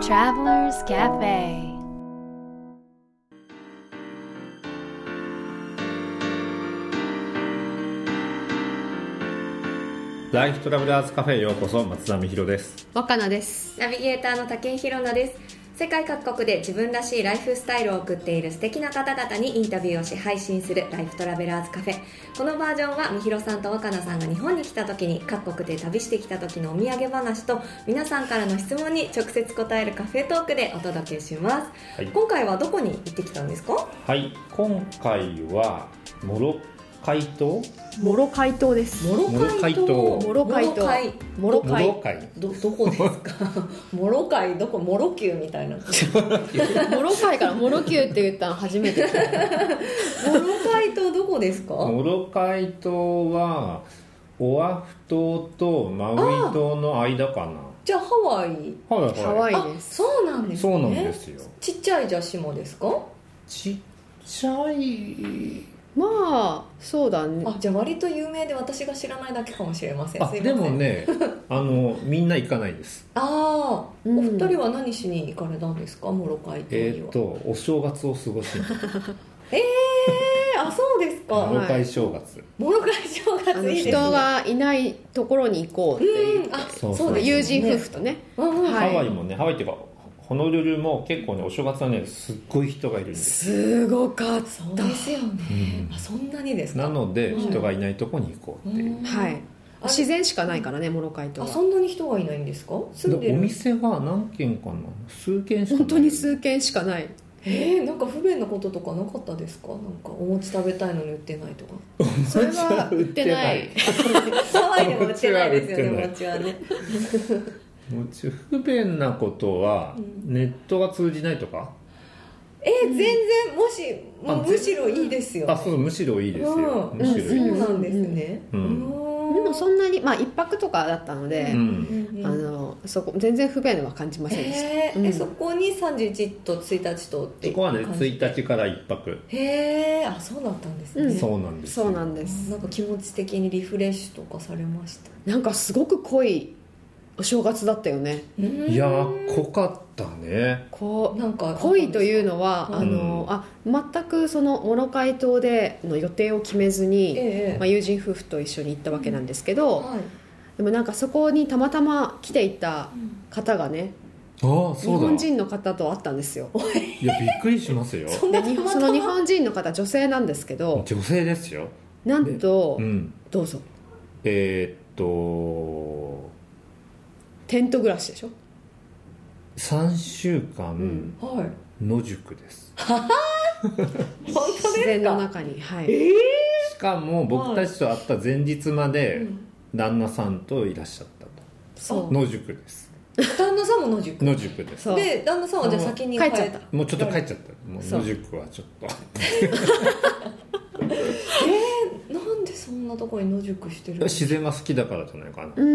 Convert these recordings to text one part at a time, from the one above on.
Travelers Cafe ライフトラベラーズカフェへようこそ松並博です若菜ですナビゲーターの竹井宏奈です世界各国で自分らしいライフスタイルを送っている素敵な方々にインタビューをし配信するライフトラベラーズカフェこのバージョンはみひろさんと若菜さんが日本に来た時に各国で旅してきた時のお土産話と皆さんからの質問に直接答えるカフェトークでお届けします、はい今回はどこに行ってきたんですかはい今回はモロカイ島モロカイ島ですモモロカイモ島ロカイモロカ島イモロモカイロカイどどこですか モロカイどこモロ級みたいなモモロカイからモロキューって言ったの初めてロカイ島どこですかモロカイ島はオアフ島とマウイ島の間かなじゃあハワはイいはいハワイあですそうなんですねそうなんですよちっちゃいじゃ島ですかちっちゃいまあそうだねあじゃあ割と有名で私が知らないだけかもしれませんあすいまでせんもねあのみんな行かないですああ、うんお二人は何しに行かれたんですかモロカイ島にはえーっ、とお正月を過ごしにえーあそうですか、モロはいカイ正月モロカイ正あの月いいですね人がいないところに行こうっていううんあそうそうそうですね友人夫婦とねうんうんはいハワイもねハワイっていうかホノルルも結構ねお正月はねすっごい人がいるんですすごかっそうですよね、うんあそんなにですかなのではい人がいないとこに行こうっていう、うんはいあ自然しかないからねモロカイ島あはそんなに人はいないんですか住んででおる店は何軒かな数軒しかない本当に数軒しかないえー、なんか不便なこととかなかったですかなんかお餅食べたいのに売ってないとかそれは売ってないハワイでも売ってないですよおねお餅餅はねもち不便なことはうんネットが通じないとか、えー、全然もしあむしろいいですよねあそうそうむしろいいですよ、うんむしろいい、んそうなんですね。うんでもそんなにまあ一泊とかだったので、うんあのそこ全然不便は感じませんでした、えーうえんそこに三十一と一日とってそこはね感じ1日から1泊、へえあそうだったんですね。うんそうなんですよそうなんですなんか気持ち的にリフレッシュとかされました。なんかすごく濃いお正月だったよねいやー濃かったねこうなんか濃いというう。のは、うんあのあ全くそのモロカイ島での予定を決めずに、ええまあ、友人夫婦と一緒に行ったわけなんですけど、はい。でもなんかそこにたまたま来ていた方がねああ日そう本だ人の方と会ったんですよいやびっくりしますよそんなでた日本まそたの日ま。本人の方女性なんですけど女性ですよなんと、うんどうぞえーっとテント暮らしでしょ3週間んはい。野宿です、本当自です然のか。中にはいえしかも僕たちと会った前日まえでうん旦那さんといらっしゃったとそう野宿です旦那さんも野宿。野宿ですそうで旦那さんはじゃあ先に帰っちゃったもうちょっと帰っちゃったもうそう野宿はちょっとなんでそんなところに野宿してるの。自然が好きだからじゃないかなうんう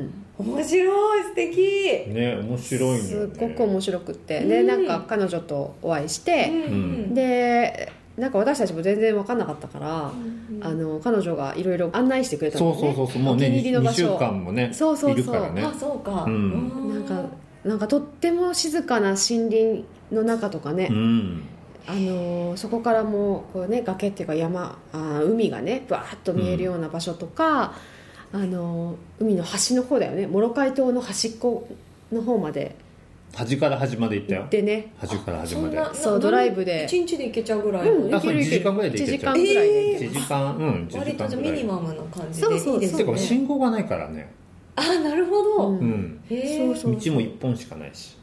ん面白い素敵。ね面白いんだよ、ね、すっごく面白くって、うんでなんか彼女とお会いして、うんでなんか私たちも全然分かんなかったから、あの彼女がいろいろ案内してくれたのそねうそうそうそうもうねお気に入りの2場週所間もねそうそうそういるからねあそうか、うんなんかなんかとっても静かな森林の中とかね、うんあのーそこからもうこう、ね、崖っていうか山あー海がねバーッと見えるような場所とか、あのー海の端の方だよねモロカイ島の端っこの方まで端から端まで行ったよでね端から端そまんでなそうドライブで一日で行けちゃうぐらい、うんあそう1時間ぐらいで行け1時ちゃ間うぐらいで行け1時間うん1時割と間じゃあぐミらいニマムな感じそうでそいういですてねか信号がないからね、あなるほど、うんうん、へえそうそう道も1本しかないし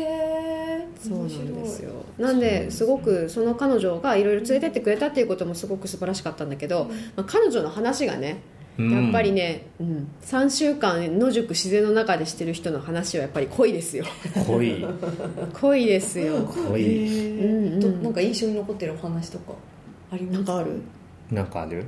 へえそうなんですよよなそんうなんですでねすごくその彼女がいろいろ連れてってくれたっていうこともすごく素晴らしかったんだけど、まあ、彼女の話がねうんやっぱりね、うん3週間野宿自然の中でしてる人の話はやっぱり濃いですよ濃い 濃いですよ濃いうんうんとなんか印象に残ってるお話とかありますなんかあるなんかある、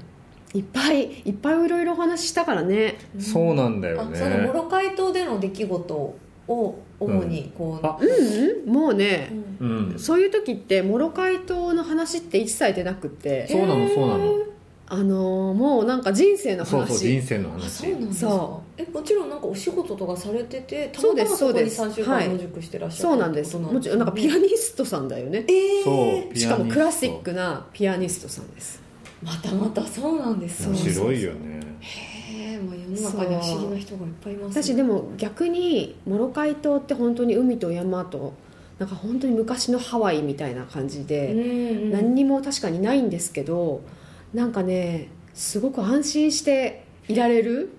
いっぱいいっぱいいろいろお話ししたからねそうなんだあよそのねモロカイ島での出来事を主にこう、あうん、うん、もうね、うんうんそういう時ってモロカイ島の話って一切出なくってそうなのそうなのあのーもうなんか人生の話そうそう人生のあ話そうなんですかそえもちろんなんかお仕事とかされててたそまうたでますそこにそう3です週間野宿してらっしゃるそうなんですもちろんなんかピアニニストさんだよねええそうしかもクラシックなピアニストさんですまたまたそうなんです面そう白いよねへえもう世の中には不思議な人がいっぱいいますね私でも逆にモロカイ島って本当に海と山となんか本当に昔のハワイみたいな感じうで、ん何にも確かにないんですけどなんかねすごく安心していられる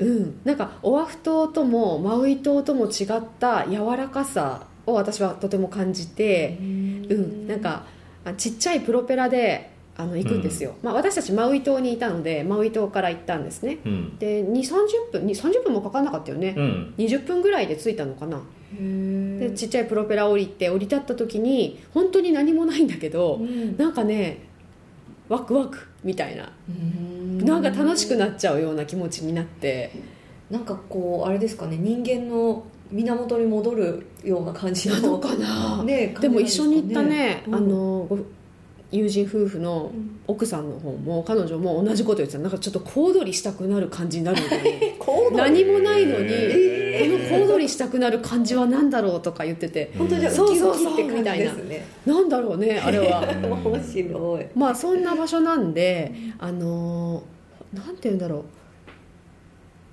うんなんかオアフ島ともマウイ島とも違った柔らかさを私はとても感じて、うんうん、なんかあちっちゃいプロペラであの行くんですよ、まあ、私たちマウイ島にいたのでマウイ島から行ったんですねうんで2 3 0分に30分もかかんなかったよね、うん20分ぐらいで着いたのかな、へえでちっちゃいプロペラ降りて降り立った時に本当に何もないんだけど、うんなんかねワクワクみたいなうんなんか楽しくなっちゃうような気持ちになって、なんかこうあれですかね人間の源に戻るような感じのなのかなねでも一緒に行ったね、うんあのご友人夫婦のうん奥さんの方も彼女も同じこと言ってたなんかちょっと小躍りしたくなる感じになるんだよ ね行動何もないのに、えーこの小躍りしたくなる感じは何だろうとか言ってて本当じゃあそうウキウそうキそうって感じですねなんだろう ねあれはうん面白いまあそんな場所なんであのーなんて言うんだろう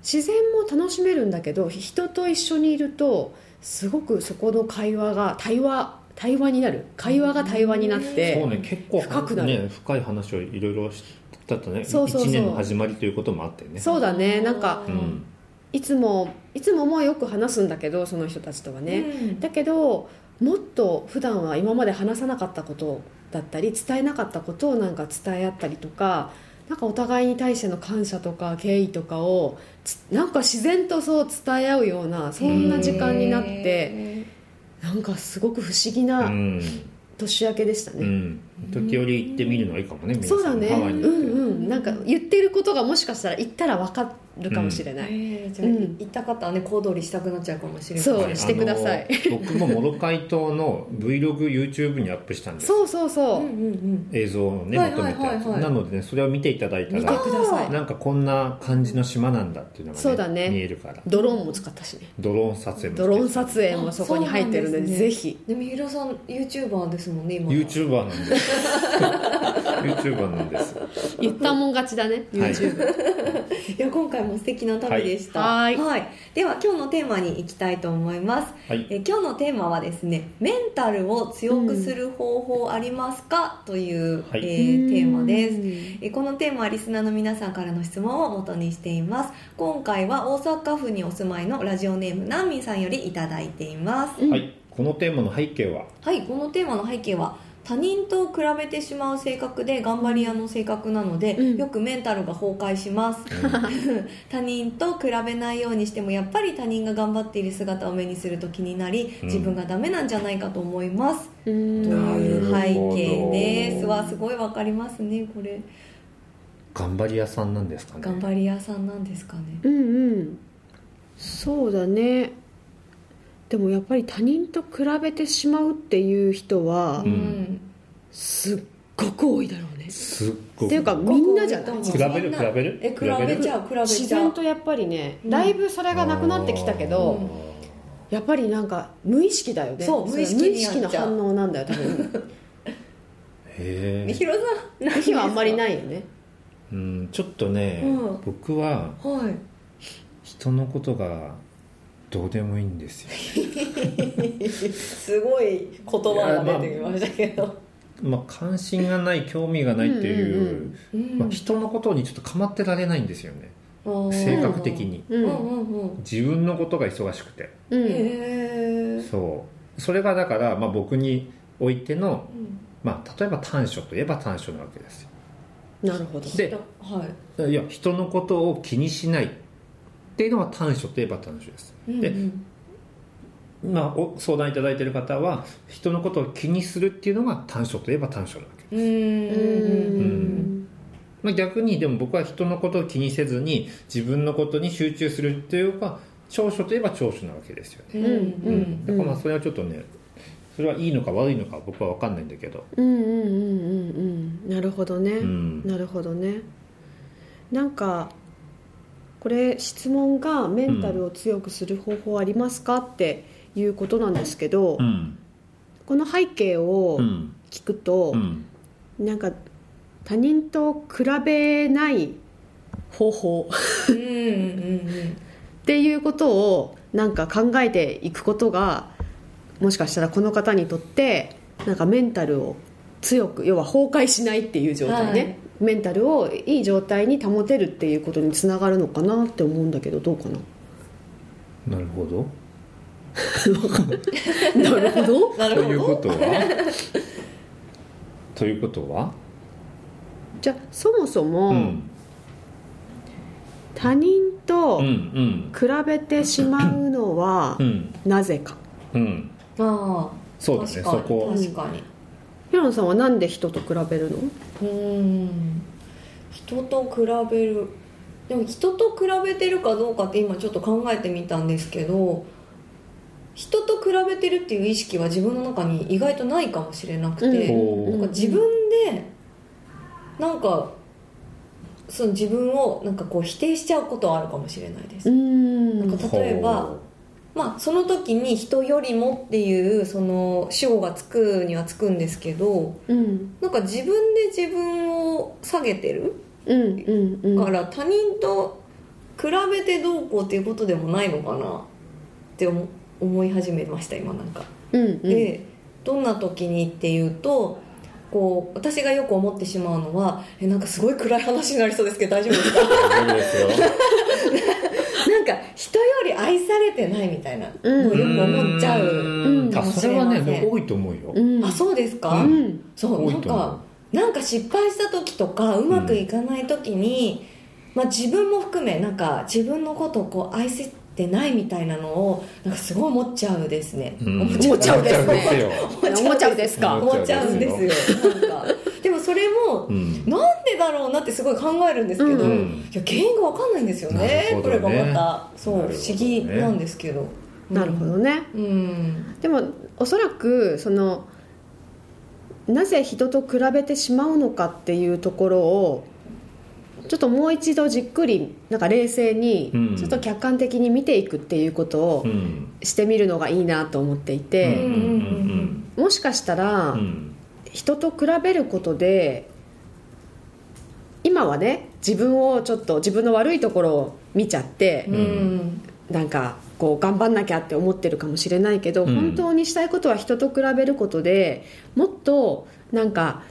自然も楽しめるんだけど人と一緒にいるとすごくそこの会話が対話対話になる会話が対話になってそうね結構深くなるね、深い話をいろいろしたったねそうそうそう1年の始まりということもあってねそうだねなんかうんいつもいつももうよく話すんだけどその人たちとはね、うんだけどもっと普段は今まで話さなかったことだったり伝えなかったことをなんか伝え合ったりとかなんかお互いに対しての感謝とか敬意とかをつなんか自然とそう伝え合うようなそんな時間になってへなんかすごく不思議うなん年明けでしたね、うん時折行ってみるのはいいかもね皆さんそうだねハうワイんにうんなんか言ってることがもしかしたら言ったら分かるかもしれーない、へーじゃあうん行った方はね小躍りしたくなっちゃうかもしれないそうはいしてくださいあの僕もモロカイ島の VlogYouTube にアップしたんですそうそうそうんうう、んうん映像をねはいまはいとはいめてはいなのでねそれを見ていただいた見てらくださいなんかこんな感じの島なんだっていうのが、ねそうだね見えるからドローンも使ったしねドローン撮影もしてドローン撮影もそこに入ってるのであそうなんですねぜひでも三浦さん YouTuber ですもんね今 YouTuber なん です YouTuber なんです言ったもん勝ちだね YouTube いや今回も素敵な旅でしたはいはでは今日のテーマに行きたいと思いますはいえ今日のテーマはですねメンタルを強くする方法ありますか、という、はいえーテーマですすえこのテーマはリスナーの皆さんからの質問を元にしています今回は大阪府にお住まいのラジオネームナンミンさんよりいただいていますうんはい、このテーマの背景 ははいこのテーマの背景は他人と比べてしまう性格で頑張り屋の性格なので、うんよくメンタルが崩壊します他人と比べないようにしてもやっぱり他人が頑張っている姿を目にすると気になりうん自分がダメなんじゃないかと思います、うとんいう背景なるでほすどわすごいわかりますねこれ頑張り屋さんなんですかね頑張り屋さんなんですかねうんうんそうだねでもやっぱり他人と比べてしまうっていう人はんすっごく多いだろうねすっごくっていうかみんなじゃない比べる比べるえ比べちゃう比べちゃう自然とやっぱりねうんだいぶそれがなくなってきたけど、うんやっぱりなんか無意識だよねそうれは無意識にや無っ意ち識ゃうの反応なんだよ多 分へみえひろさん無意はあんまりいないよねうんちょっとね、うん僕ははい人のことがどうでもいいんですよすごい言葉が出てきましたけど、まあ、関心がない興味がないっていう,、うんうんううんまあ、人のことにちょっと構ってられないんですよね性格的、にううんうんんうん自分のことが忙しくてううん、へんえ、そうそれがだから、まあ、僕においての、うんまあ、例えば短所といえば短所なわけですよなるほどではいや人のことを気にしないっていうのは短所といえば短所ですい、でうんまあお相談いただいている方は人のことを気にするっていうのが短所といえば短所なわけ、うんうんううんんまあ、逆にでも僕は人のことを気にせずに自分のことに集中するっていうか長所といえば長所なわけですよねうんうんうんだからまあそれはちょっとねそれはいいのか悪いのか僕は分かんないんだけどうんうんうんうんうんなるほどね、うんなるほどねなんかこれ質問が「メンタルを強くする方法ありますか?」っていうことなんですけど、うんこの背景をうん聞くとう、んなんか他人と比べない方法うんうんうんっていうことをなんか考えていくことがもしかしたらこの方にとってなんかメンタルを強く要は崩壊しないっていう状態ね、はいメンタルをいい状態に保てるっていうことにつながるのかなって思うんだけどどうかななるほどなるほ どなといるうほことどは ということは じゃあそもそも、うん他人うとん比べてしまうのはうんうんなぜかうんあそうだあね確そかにこ確かにヒロンさんはなんで人と比べるのうん人と比べるでも人と比べてるかどうかって今ちょっと考えてみたんですけど人と比べてるっていう意識は自分の中に意外とないかもしれなくて、うんなんか自分でなんかその自分をなんかこう否定しちゃうことはあるかもしれないです、うんなんか例えばまあその時に人よりもっていうその主語がつくにはつくんですけどうんなんか自分で自分を下げてるうんうんうんから他人と比べてどうこうっていうことでもないのかなって思思い始めました今なんか。うんうんでどんな時にっていうとこう私がよく思ってしまうのはえなんかすごい暗い話になりそうですけど大丈夫ですか大丈夫ですよなんか人より愛されてないみたいなのをよく 思っちゃう、んうんあそれはね僕多いと思うようんあそうですか、うんそう多ないんと思かうなんか失敗した時とかうまくいかない時に、まあ、自分も含めなんか自分のことをこう愛せてないみたいなのをなんかすごい思っちゃうですね、うん思っちゃうです思ねっちゃうよおもちゃですか思っちゃうんですよなんかでもそれもうんなんでだろうなってすごい考えるんですけど、うんいや原因がわかんないんですよねなるほこどれねがまたそう、なるほどね不思議なんですけどなるほどねうんでもおそらくそのなぜ人と比べてしまうのかっていうところをちょっともう一度じっくりなんか冷静にうんちょっと客観的に見ていくっていうことをうんしてみるのがいいなと思っていうんて、うんもしかしたら、うんうん人と比べることで今はね自分をちょっと自分の悪いところを見ちゃってう、んなんかこう頑張んなきゃって思ってるかもしれないけど、うん本当にしたいことは人と比べることでもっとなんか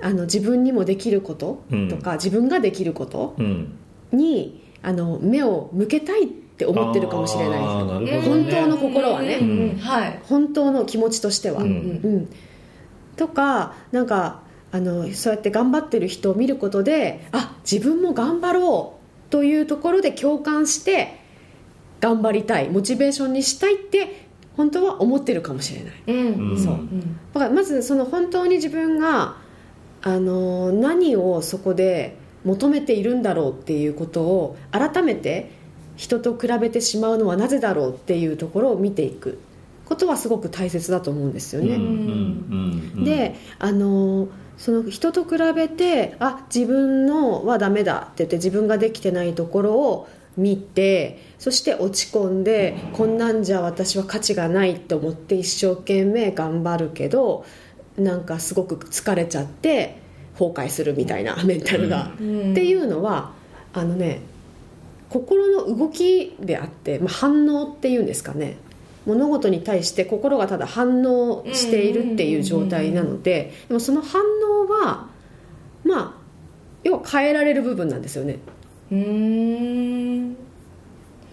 あの自分にもできることとか、自分ができることうんにあの目を向けたいって思ってるかもしれないあーなるほど本ね当の心はねうんうんうんはい本当の気持ちとしては。うんうん、とかなんかあのそうやって頑張ってる人を見ることであ自分も頑張ろうというところで共感して頑張りたいモチベーションにしたいって本当は思ってるかもしれないうんうんそう、うだからまずその本当に自分があの何をそこで求めているんだろうっていうことを改めて人と比べてしまうのはなぜだろうっていうところを見ていくことはすごく大切だと思うんですようんね。うんうんうんで、あのーその人と比べてあ自分のはダメだって言って自分ができてないところを見てそして落ち込んでこんなんじゃ私は価値がないと思って一生懸命頑張るけどなんかすごく疲れちゃって崩壊するみたいなメンタルが。うんっていうのはあのね心の動きであって、まあ、反応っていうんですかね物事に対して心がただ反応しているっていう状態なのででもその反応はまあ要は変えられる部分なんですよねうーん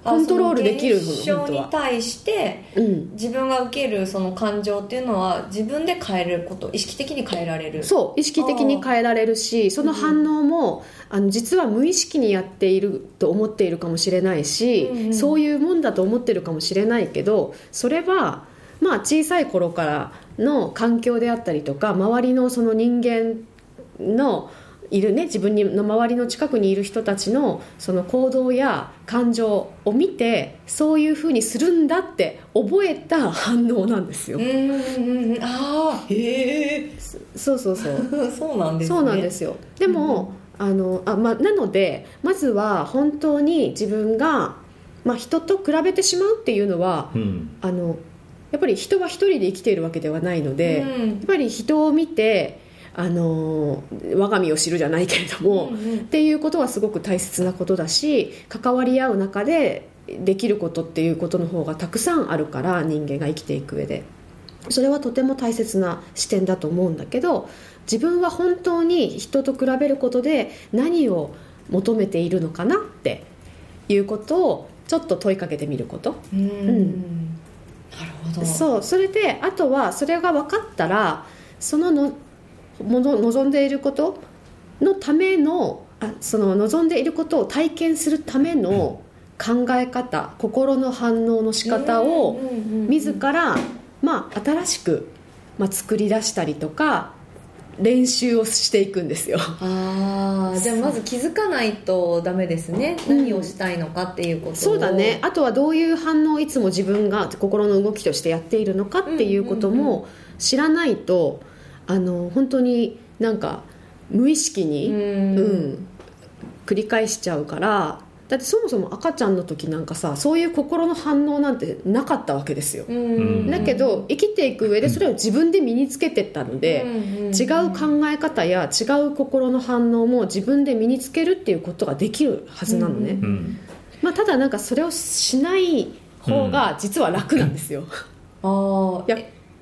あコントロールできるのその現象本当には対してうん自分が受けるその感情っていうのは自分で変えること意識的に変えられるそう意識的に変えられるしその反応も、あの実は無意識にやっていると思っているかもしれないし、うんうんそういうもんだと思ってるかもしれないけどそれは、まあ、小さい頃からの環境であったりとか周りのその人間のいるね自分の周りの近くにいる人たちのその行動や感情を見てそういうふうにするんだって覚えた反応なんですよ。うんうんうんああへえそうそうそうそうなんですねそうなんですよでも、あのあまあ、なのでまずは本当に自分が、まあ、人と比べてしまうっていうのはうんあのやっぱり人は一人で生きているわけではないので、やうんっぱり人を見てあの我が身を知るじゃないけれども、うんうっんていうことはすごく大切なことだし関わり合う中でできることっていうことの方がたくさんあるから人間が生きていく上でそれはとても大切な視点だと思うんだけど自分は本当に人と比べることで何を求めているのかなっていうことをちょっと問いかけてみることうんうんなるほどそうそれであとはそれが分かったらそののもの望んでいることのためのあその望んでいることを体験するための考え方、心の反応の仕方をうんうんうんうん自ら、まあ、新しく、まあ、作り出したりとか練習をしていくんですよ。ああじゃあまず気づかないとダメですねうん何をしたいのかっていうことをそうだねあとはどういう反応をいつも自分が心の動きとしてやっているのかっていうことうんうんも知らないと、あの本当になんか無意識うに、うんん繰り返しちゃうからだってそもそも赤ちゃんの時なんかさそういう心の反応なんてなかったわけですよ。うんだけど生きていく上でそれを自分で身につけてったので。違う考え方や違う心の反応も自分で身につけるっていうことができるはずなのね、うんうんうんまあ、ただなんかそれをしない方が実は楽なんですよ、ああいや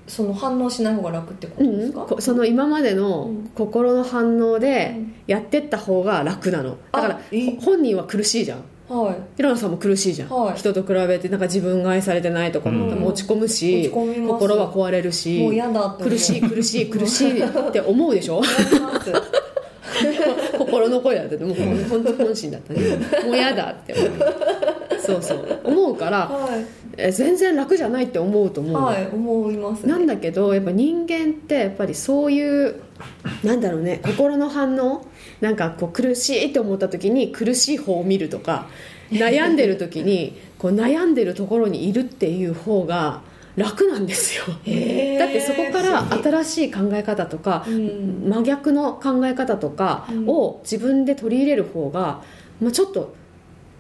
その反応しない方が楽ってこうとんですか、こその今までうのん心の反応でうんやってった方が楽なのだからあえほ本人は苦しいじゃん はいヒロナさんも苦しいじゃん、はい人と比べてなんか自分が愛されてないとかうん持ち込む落し、ち込みます心は壊れるもうし嫌だって苦しい苦しい苦しいって思うでし ょ思います心の声だってもう本当本心だったねもう嫌だって思うそうそう思うからはえ全然楽じゃないって思うと思いうの、はい思いますねなんだけどやっぱ人間ってやっぱりそういうなんだろうね心の反応なんかこう苦しいと思った時に苦しい方を見るとか悩んでる時にこう悩んでるところにいるっていう方が楽なんですよへーだってそこから新しい考え方とかうん真逆の考え方とかを自分で取り入れる方が、まあ、ちょっと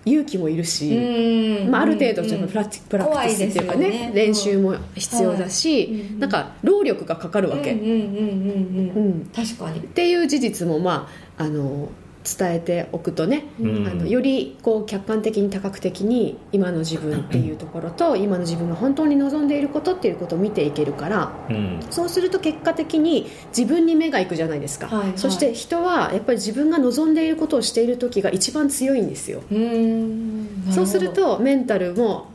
勇気もいるし、うんまあ、ある程度ちょっうとんプラティプラクティスっていう怖かねいですよね練習も必要だし、はいうんなんか労力がかかるわけ、うんうんうんうんううんん確かにっていう事実も、まあ、あの伝えておくとね、うんあのよりこう客観的に多角的に今の自分っていうところと今の自分が本当に望んでいることっていうことを見ていけるからうんそうすると結果的に自分に目がいくじゃないですか、はいはいそして人はやっぱり自分が望んでいることをしている時が一番強いんですようんそうするなほとメンタルも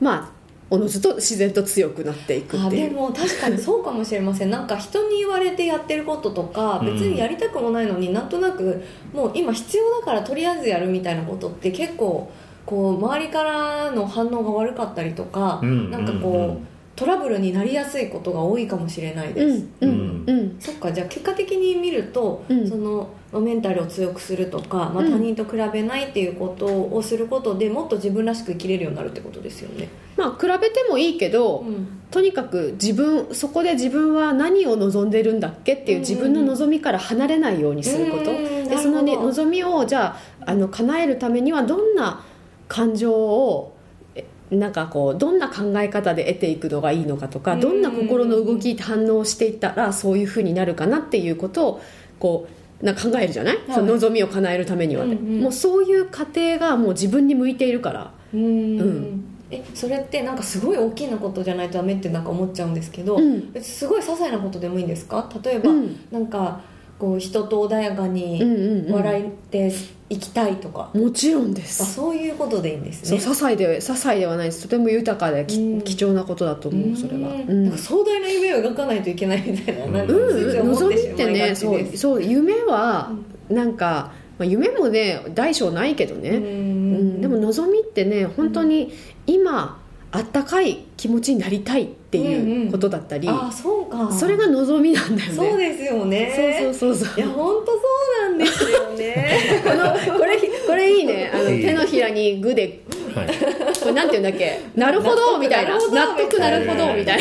まあおのずと自然と強くなっていくどっあていでうも確かにそうかもしれませんなんか人に言われてやってることとかうん別にやりたくもないのになんとなくもう今必要だからとりあえずやるみたいなことって結構こう周りからの反応が悪かったりとか、うんなんかこう、トラブルになりやすいことが多いかもしれないでうす、んうんうんそっかじゃあ結果的に見ると、うんそのまあメンタルを強くするとか、まあ、うん他人と比べないっていうことをすることでもっと自分らしく生きれるようになるってことですよね、まあ比べてもいいけど、うんとにかく自分そこで自分は何を望んでるんだっけっていううんうん自分の望みから離れないようにすること、うんなるほでどその、ね、望みをじゃああの叶えるためにはどんな感情をえなんかこうどんな考え方で得ていくのがいいのかとかうんどんな心の動き反応をしていったらそういうふうになるかなっていうことをこうなんか考えるじゃない、いその望みを叶えるためにはね、うんうんもうそういう過程がもう自分に向いているから。うんうんえそれってなんかすごい大きなことじゃないとダメってなんか思っちゃうんですけど、うん別にすごい些細なことでもいいんですか例えば、うんなんかこう人と穏やかうんにうんうん笑っていきたいとか、もちろんであすそういうことでいいんですそうね些細で些細ではないですとても豊かでき、うん貴重なことだと思うそれは、うんうんなんか壮大な夢を描かないといけないみたいななんかうんついつい思望みしまっいてねがちそうですそう夢はなんか、まあ、夢もね大小ないけどうね、うんんでも望みってね本当に今あったかい気持ちになりたいっていうことだったり、あそうかそれが望みなんだよねそうですよねそうそうそうそういや本当そうなんですよね このこれこれいいねあのいい手のひらにグではい、これなんて言うんだっけなるほどみたいな納得なるほどみたいなな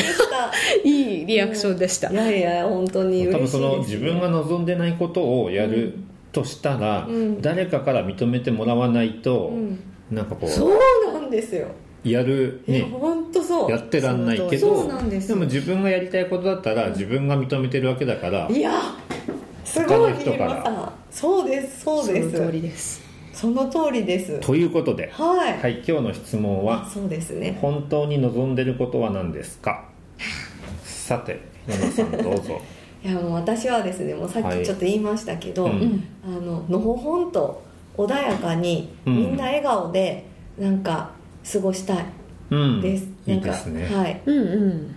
い いリアクションでし た、いやいや本当に多嬉しいで分すその自分が望んでないことをやるとしたら、うん誰かから認めてもらわないと、うんなんかこそううなんですよやるいやね本当そやうってらんないけそどうなんですでも自分がやりたいことだったら自分が認めてるわけだからいやすごい他の人からヒロさんそうですそうでその通りすですその通りですということで、はい、はい、今日の質問はそうですね「本当に望んでることは何ですか?」さてナナさんどう ぞいやもう私はですねもうさっはきいちょっと言いましたけど、うんうんあののほほんと穏やかに、うんみんな笑顔でなんか過ごしたいうんです、いいなんかですねはいうんう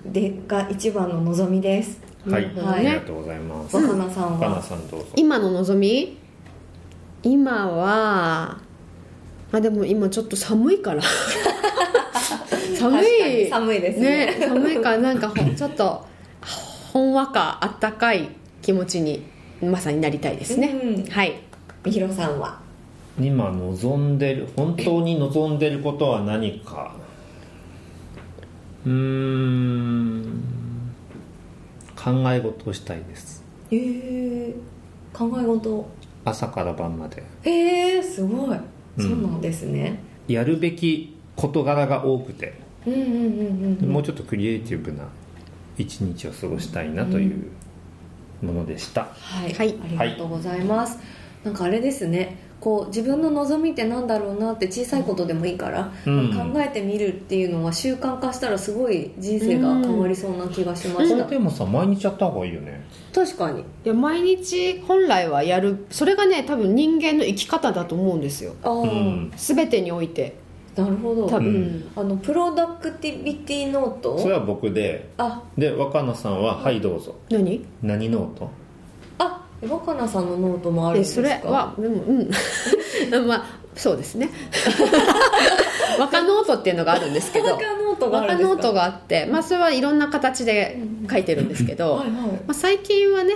んでが一番の望みですはい、なるほどあはいりがとうございます、若菜さんナナはさんどうぞ今の望み今はあでも今ちょっと寒いから 確か寒にい寒いですねね寒いからなんかほんちょっとほんわかあったかい気持ちにまさになりたいですね、うんはいみひろさんは今望んでる本当に望んでることは何かうーん考え事をしたいですえー、考え事朝から晩までえー、すごい、うんそうなんですねやるべき事柄が多くて、うんうんうんうんもうちょっとクリエイティブな一日を過ごしたいなというものでした、はい、はいありがとうございます、なんかあれですねこう自分の望みってなんだろうなって小さいことでもいいから、うん考えてみるっていうのは習慣化したらすごい人生が変わりそうな気がしましそた、れでもさ毎日やった方がいいよね確かにいや毎日本来はやるそれがね多分人間の生き方だと思うんですよああ、うん全てにおいてなるほど多分、うんあのプロダクティビティノーそれはト僕であで若菜さんは「はいどうぞ何」何ノートあ若菜さんのノートもあるんえですそかれはでもうん まあそうですね若ノートっていうのがあるんですけど若ノートがある若んですかノートがあって、まあ、それはいろんな形で書いてるんですけど、はいはまあ、最近はね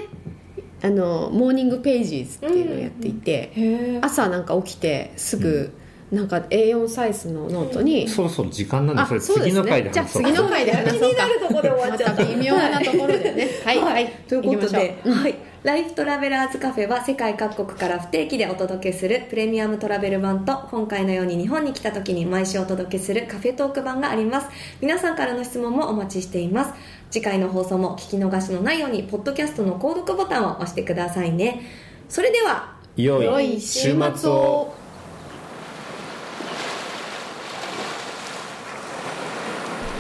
あのモーニングページーズっていうのをやっていて、いへえ朝なんか起きてすぐなんか A4 サイズのノートに、そろそろ時間なんであそれそうで次すの回ねでじゃあ話そう次の回で話そうか気になるとこで終わまっちゃたった微妙なところでねはいはい、ということで、行きましょううんはい、ライフトラベラーズカフェは世界各国から不定期でお届けするプレミアムトラベル版と今回のように日本に来た時に毎週お届けするカフェトーク版があります皆さんからの質問もお待ちしています次回の放送も聞き逃しのないようにポッドキャストの購読ボタンを押してくださいねそれでは良良いい週週末末をを。